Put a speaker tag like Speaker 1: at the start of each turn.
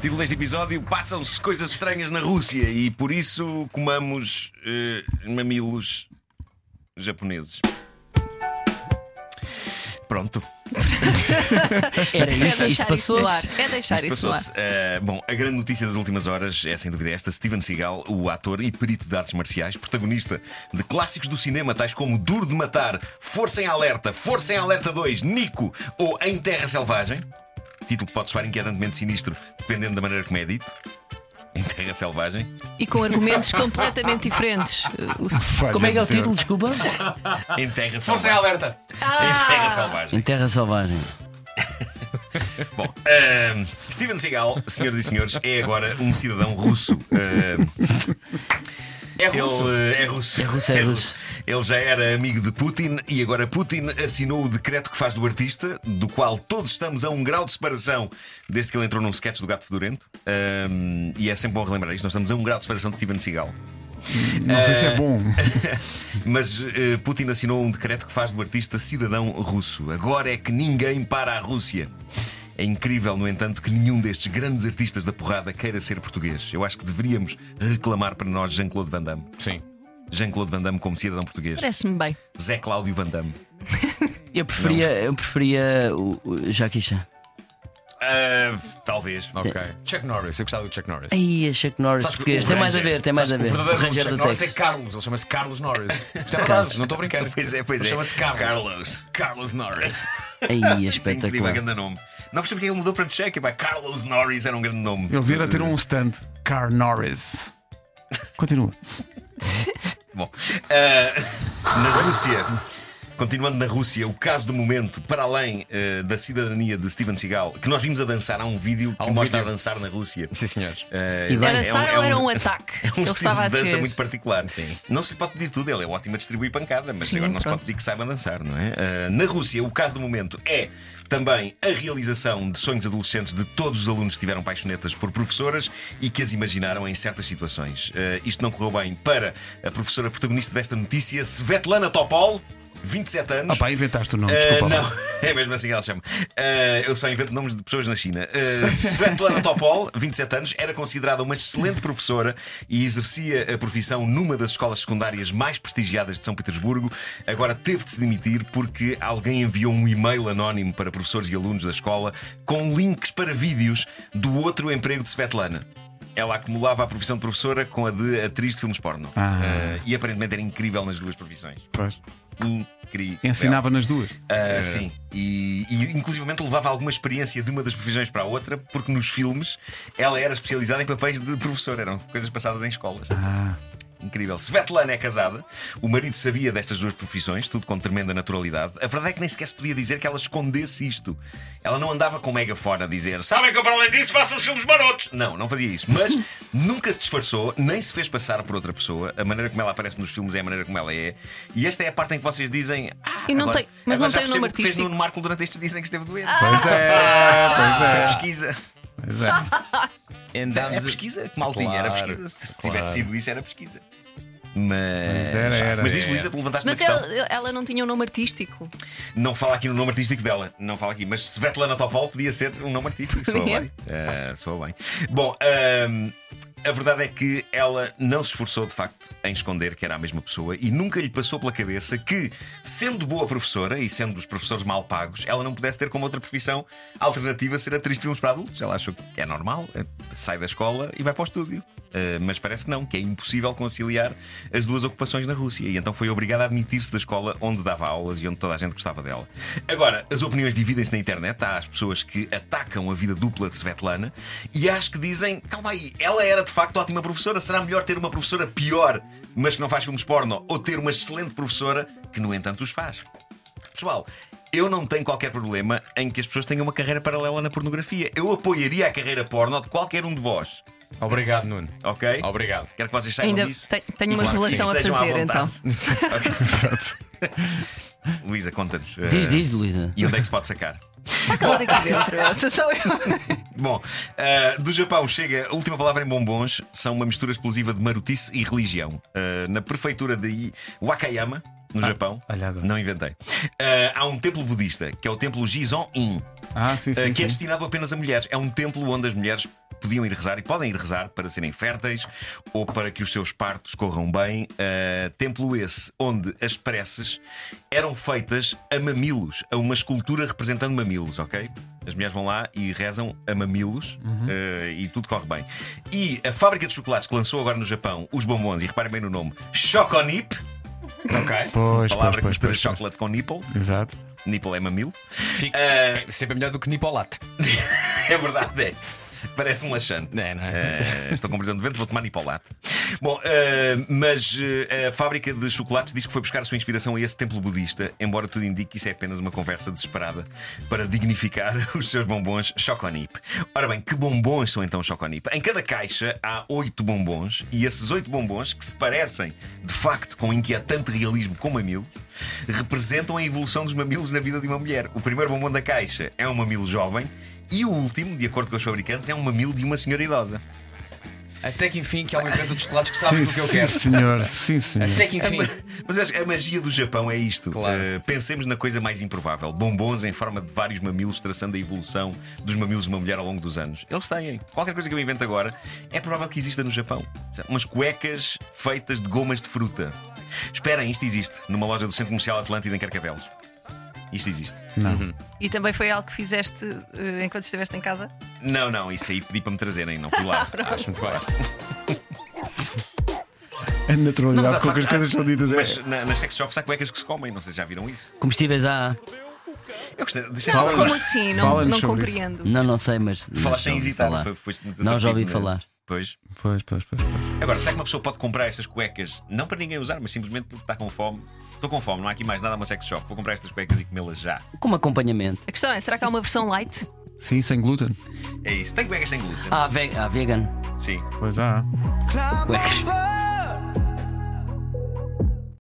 Speaker 1: Título deste episódio: Passam-se coisas estranhas na Rússia e por isso comamos eh, mamilos japoneses. Pronto,
Speaker 2: Era
Speaker 3: É
Speaker 2: isto,
Speaker 3: deixar
Speaker 2: isto
Speaker 3: isso
Speaker 2: passou.
Speaker 3: no ar. É deixar
Speaker 1: Isto
Speaker 3: isso no ar.
Speaker 1: passou-se. Eh, bom, a grande notícia das últimas horas é sem dúvida esta: Steven Seagal, o ator e perito de artes marciais, protagonista de clássicos do cinema tais como Duro de Matar, Força em Alerta, Força em Alerta 2, Nico ou Em Terra Selvagem. Título que pode soar inquietantemente sinistro, dependendo da maneira como é dito. Em Terra Selvagem.
Speaker 3: E com argumentos completamente diferentes. O-
Speaker 4: Falha
Speaker 2: Como é que é o
Speaker 4: de pior.
Speaker 2: título? Desculpa.
Speaker 1: Em Terra
Speaker 5: Força em
Speaker 1: Selvagem.
Speaker 5: alerta.
Speaker 3: é?
Speaker 1: Em
Speaker 5: Ah!
Speaker 1: Terra Selvagem.
Speaker 2: Em Terra Selvagem.
Speaker 1: Bom, ahm, Steven Seagal, senhoras e senhores, é agora um cidadão russo. Ahm,
Speaker 5: É
Speaker 1: Ele
Speaker 5: russo.
Speaker 1: eh, é russo.
Speaker 2: É russo, é russo.
Speaker 1: Ele já era amigo de Putin e agora Putin assinou o decreto que faz do artista, do qual todos estamos a um grau de separação desde que ele entrou num sketch do Gato Fedorento. Ahm, e é sempre bom relembrar isto: nós estamos a um grau de separação de Steven Seagal. Eh,
Speaker 4: Não sei se é bom.
Speaker 1: Mas eh, Putin assinou um decreto que faz do artista cidadão russo. Agora é que ninguém para a Rússia. É incrível, no entanto, que nenhum destes grandes artistas da porrada queira ser português. Eu acho que deveríamos reclamar para nós Jean-Claude Van Damme.
Speaker 5: Sim.
Speaker 1: Jean-Claude Van Damme como cidadão português.
Speaker 3: Parece-me bem.
Speaker 1: Zé Cláudio Van Damme.
Speaker 2: Eu preferia, eu preferia o, o Jackie Chan.
Speaker 1: Ah, talvez.
Speaker 5: Ok. Chuck Norris, eu gostava do Chuck Norris.
Speaker 2: Aí, a Chuck Norris
Speaker 5: Sabes que
Speaker 2: português.
Speaker 5: o
Speaker 2: Tem mais a
Speaker 1: Ranger-
Speaker 2: ver, tem mais a
Speaker 5: Sabes
Speaker 2: ver.
Speaker 5: que O
Speaker 2: O
Speaker 5: verdadeiro
Speaker 2: Ranger
Speaker 5: Chuck
Speaker 2: do
Speaker 5: Norris é
Speaker 2: Texas.
Speaker 5: Carlos, ele chama-se Carlos Norris. Isto é verdade, não estou a brincar.
Speaker 1: Pois é, pois
Speaker 5: Ele
Speaker 1: é.
Speaker 5: Chama-se Carlos.
Speaker 1: Carlos.
Speaker 4: é.
Speaker 5: Carlos Norris.
Speaker 2: Aí,
Speaker 1: Isso é incrível,
Speaker 2: espetacular.
Speaker 1: grande nome. Não percebo porque ele mudou para de cheque. pá. Carlos Norris era um grande nome.
Speaker 4: Ele vira ter um stand. Car Norris. Continua.
Speaker 1: Bom, eh, na Rússia, continuando na Rússia, o caso do momento, para além eh, da cidadania de Steven Seagal, que nós vimos a dançar, há um vídeo que
Speaker 5: Há um
Speaker 1: mostra
Speaker 5: vídeo.
Speaker 1: a dançar na Rússia.
Speaker 5: Sim, senhores.
Speaker 1: Eh,
Speaker 2: E
Speaker 1: é um-
Speaker 3: Era
Speaker 1: é
Speaker 3: Sara
Speaker 1: é
Speaker 3: ou era um ataque?
Speaker 1: É um
Speaker 3: Ele
Speaker 1: estilo
Speaker 3: estava
Speaker 1: de
Speaker 3: a
Speaker 1: dança
Speaker 3: ter.
Speaker 1: muito particular. Não se lhe pode pedir tudo, ele é ótimo a distribuir pancada, mas
Speaker 3: Sim,
Speaker 1: agora não se
Speaker 3: pronto.
Speaker 1: pode pedir que saiba dançar, não é? Ah, na Rússia, o caso do momento é também a realização de sonhos adolescentes de todos os alunos que tiveram paixonetas por professoras e que as imaginaram em certas situações. Ah, isto não correu bem para a professora protagonista desta notícia, Svetlana Topol, 27 anos.
Speaker 4: Ah pá, inventaste o nome,
Speaker 1: Ah,
Speaker 4: desculpa. lá.
Speaker 1: não, é mesmo assim que ela se chama. Ah, eu só invento nomes de pessoas na China. Uh, Svetlana Topol, 27 anos, era considerada uma excelente professora e exercia a profissão numa das escolas secundárias mais prestigiadas de São Petersburgo. Agora teve de se demitir porque alguém enviou um e-mail anónimo para professores e alunos da escola com links para vídeos do outro emprego de Svetlana. Ela acumulava a profissão de professora com a de atriz de filmes porno. Ah, e aparentemente era incrível nas duas profissões.
Speaker 4: Pois.
Speaker 1: Incrível.
Speaker 4: Ensinava nas duas.
Speaker 1: Ah, sim, e, e inclusivamente levava alguma experiência de uma das profissões para a outra, porque nos filmes ela era especializada em papéis de professor, eram coisas passadas em escolas. Incrível. Svetlana é casada, o marido sabia destas duas profissões, tudo com tremenda naturalidade. A verdade é que nem sequer se podia dizer que ela escondesse isto. Ela não andava com mega fora a dizer sabem que eu para além disso faço os filmes marotos. Não, não fazia isso. Mas nunca se disfarçou, nem se fez passar por outra pessoa. A maneira como ela aparece nos filmes é a maneira como ela é. E esta é a parte em que vocês dizem. Ah,
Speaker 3: E não
Speaker 1: agora,
Speaker 3: tem- mas
Speaker 1: agora já
Speaker 3: não tem o Ah.
Speaker 1: percebo
Speaker 3: nome
Speaker 1: que fez
Speaker 3: artístico.
Speaker 1: no Marco durante estes dias em que esteve doente.
Speaker 4: Pois é,
Speaker 2: Ah,
Speaker 1: Foi a
Speaker 4: pois é.
Speaker 1: pesquisa.
Speaker 4: Pois é.
Speaker 1: Era é pesquisa? Maltinha, era
Speaker 5: Claro,
Speaker 1: pesquisa. Se tivesse
Speaker 5: claro.
Speaker 1: sido isso, era pesquisa. Mas,
Speaker 4: era, era.
Speaker 1: mas diz, Luísa, tu levantaste uma
Speaker 3: Mas
Speaker 1: questão.
Speaker 3: ela, ela não tinha um nome artístico.
Speaker 1: Não fala aqui no nome artístico dela, não fala aqui, mas Svetlana Topol podia ser um nome artístico, soa
Speaker 3: Podia.
Speaker 1: bem. Ah, soa bem. Bom, ahm, a verdade é que ela não se esforçou de facto em esconder que era a mesma pessoa e nunca lhe passou pela cabeça que, sendo boa professora e sendo dos professores mal pagos, ela não pudesse ter como outra profissão alternativa ser atriz de filmes para adultos. Ela achou que é normal, eh, sai da escola e vai para o estúdio. Ah, mas parece que não, que é impossível conciliar as duas ocupações na Rússia e então foi obrigada a admitir-se da escola onde dava aulas e onde toda a gente gostava dela. Agora, as opiniões dividem-se na internet. Há as pessoas que atacam a vida dupla de Svetlana e há as que dizem: calma aí, ela era de facto ótima professora. Será melhor ter uma professora pior, mas que não faz filmes porno, ou ter uma excelente professora que, no entanto, os faz? Pessoal, eu não tenho qualquer problema em que as pessoas tenham uma carreira paralela na pornografia. Eu apoiaria a carreira porno de qualquer um de vós,
Speaker 5: Obrigado, Nuno.
Speaker 1: ok?
Speaker 5: Obrigado.
Speaker 1: Quero que vocês saibam
Speaker 3: Ainda
Speaker 1: disso.
Speaker 3: te- tenho uma
Speaker 1: Claro que sim,
Speaker 3: relação a
Speaker 1: estejam à
Speaker 3: fazer, então.
Speaker 1: vontade. Luísa, conta-nos. eh,
Speaker 2: Diz, diz, Luísa.
Speaker 1: E onde é que se pode sacar?
Speaker 3: Está calor aqui dentro. Sou só eu.
Speaker 1: Bom, ah, do Japão chega a última palavra em bombons, são uma mistura explosiva de marotice e religião. Ah, na prefeitura de Wakayama, no Japão,
Speaker 4: olha agora.
Speaker 1: não inventei, ah, há um templo budista, que é o templo Gizon-in.
Speaker 4: Ah, sim,
Speaker 1: Uh,
Speaker 4: sim.
Speaker 1: que é
Speaker 4: sim.
Speaker 1: destinado apenas a mulheres. É um templo onde as mulheres podiam ir rezar e podem ir rezar para serem férteis ou para que os seus partos corram bem. Ah, templo esse onde as preces eram feitas a mamilos, a uma escultura representando mamilos, ok? As mulheres vão lá e rezam a mamilos
Speaker 4: Uhum.
Speaker 1: ah, e tudo corre bem. E a fábrica de chocolates que lançou agora no Japão os bombons, e reparem bem no nome, Choconip,
Speaker 5: Ok.
Speaker 1: palavra
Speaker 4: Pois, pois,
Speaker 1: que
Speaker 4: pois,
Speaker 1: mistura
Speaker 4: pois, pois.
Speaker 1: chocolate com nipple,
Speaker 4: Exato.
Speaker 1: nipple é mamilo.
Speaker 5: Fica é
Speaker 1: Ah.
Speaker 5: sempre melhor do que Nipolate.
Speaker 1: É verdade, é. Parece um laxante.
Speaker 5: É, não é?
Speaker 1: Eh, estou com prisão de vento, vou tomar nipolate. Bom, eh, mas eh, a fábrica de chocolates diz que foi buscar a sua inspiração a esse templo budista, embora tudo indique que isso é apenas uma conversa desesperada para dignificar os seus bombons Choconip. Ora bem, que bombons são então Choconip? Em cada caixa há oito bombons e esses oito bombons, que se parecem de facto com inquietante realismo com mamilos, representam a evolução dos mamilos na vida de uma mulher. O primeiro bombom da caixa é um mamilo jovem. E o último, de acordo com os fabricantes, é um mamilo de uma senhora idosa. Eh.
Speaker 5: Até que enfim, que há uma empresa de chocolates que sabe
Speaker 4: Sim,
Speaker 5: o que eu
Speaker 4: sim,
Speaker 5: quero.
Speaker 4: senhor. Sim, senhor.
Speaker 1: É
Speaker 5: Até que enfim.
Speaker 1: Mas eu acho que a magia do Japão é isto.
Speaker 5: Claro.
Speaker 1: Eh, pensemos na coisa mais improvável: bombons em forma de vários mamilos, traçando a evolução dos mamilos de uma mulher ao longo dos anos. Eles têm. Qualquer coisa que eu invento agora é provável que exista no Japão. Umas cuecas feitas de gomas de fruta. Esperem, isto existe numa loja do Centro Comercial Atlântida em Carcavelos. Isto existe.
Speaker 3: E também foi algo que fizeste eh, enquanto estiveste em casa?
Speaker 1: Não, não, isso aí pedi para me trazerem, não fui lá.
Speaker 5: Acho muito bem.
Speaker 4: A
Speaker 1: Não, mas
Speaker 4: naturalidade
Speaker 1: há
Speaker 4: com que as
Speaker 1: facto-
Speaker 4: coisas são ditas é.
Speaker 1: Mas na- nas sex shops há cuecas que se comem, não sei se já viram isso.
Speaker 2: Comestíveis há.
Speaker 1: Eu gostei. Deixaste
Speaker 4: Fala-nos.
Speaker 1: falar.
Speaker 3: Como assim? Não,
Speaker 4: Fala-nos
Speaker 3: não
Speaker 4: sobre isso.
Speaker 3: compreendo.
Speaker 2: Não, não sei, mas. mas
Speaker 1: Falaste
Speaker 2: já
Speaker 1: sem
Speaker 2: ouvi
Speaker 1: hesitar,
Speaker 2: falar.
Speaker 1: foi, foste muito
Speaker 2: Não, já ouvi
Speaker 1: assertivo, né?
Speaker 2: falar.
Speaker 1: Pois.
Speaker 4: Pois, pois, pois. pois.
Speaker 1: Agora, será que uma pessoa pode comprar essas cuecas, não para ninguém usar, mas simplesmente porque está com fome? Estou com fome, não há aqui mais nada, há uma sex shop. Vou comprar estas cuecas e comê-las já.
Speaker 2: Como acompanhamento.
Speaker 3: A questão é: será que há uma versão light?
Speaker 4: Sim, sem glúten.
Speaker 1: É isso. Tem cuecas sem glúten?
Speaker 2: Ah, ve- ah, vegan.
Speaker 1: Sim.
Speaker 4: Pois há.
Speaker 2: Cuecas.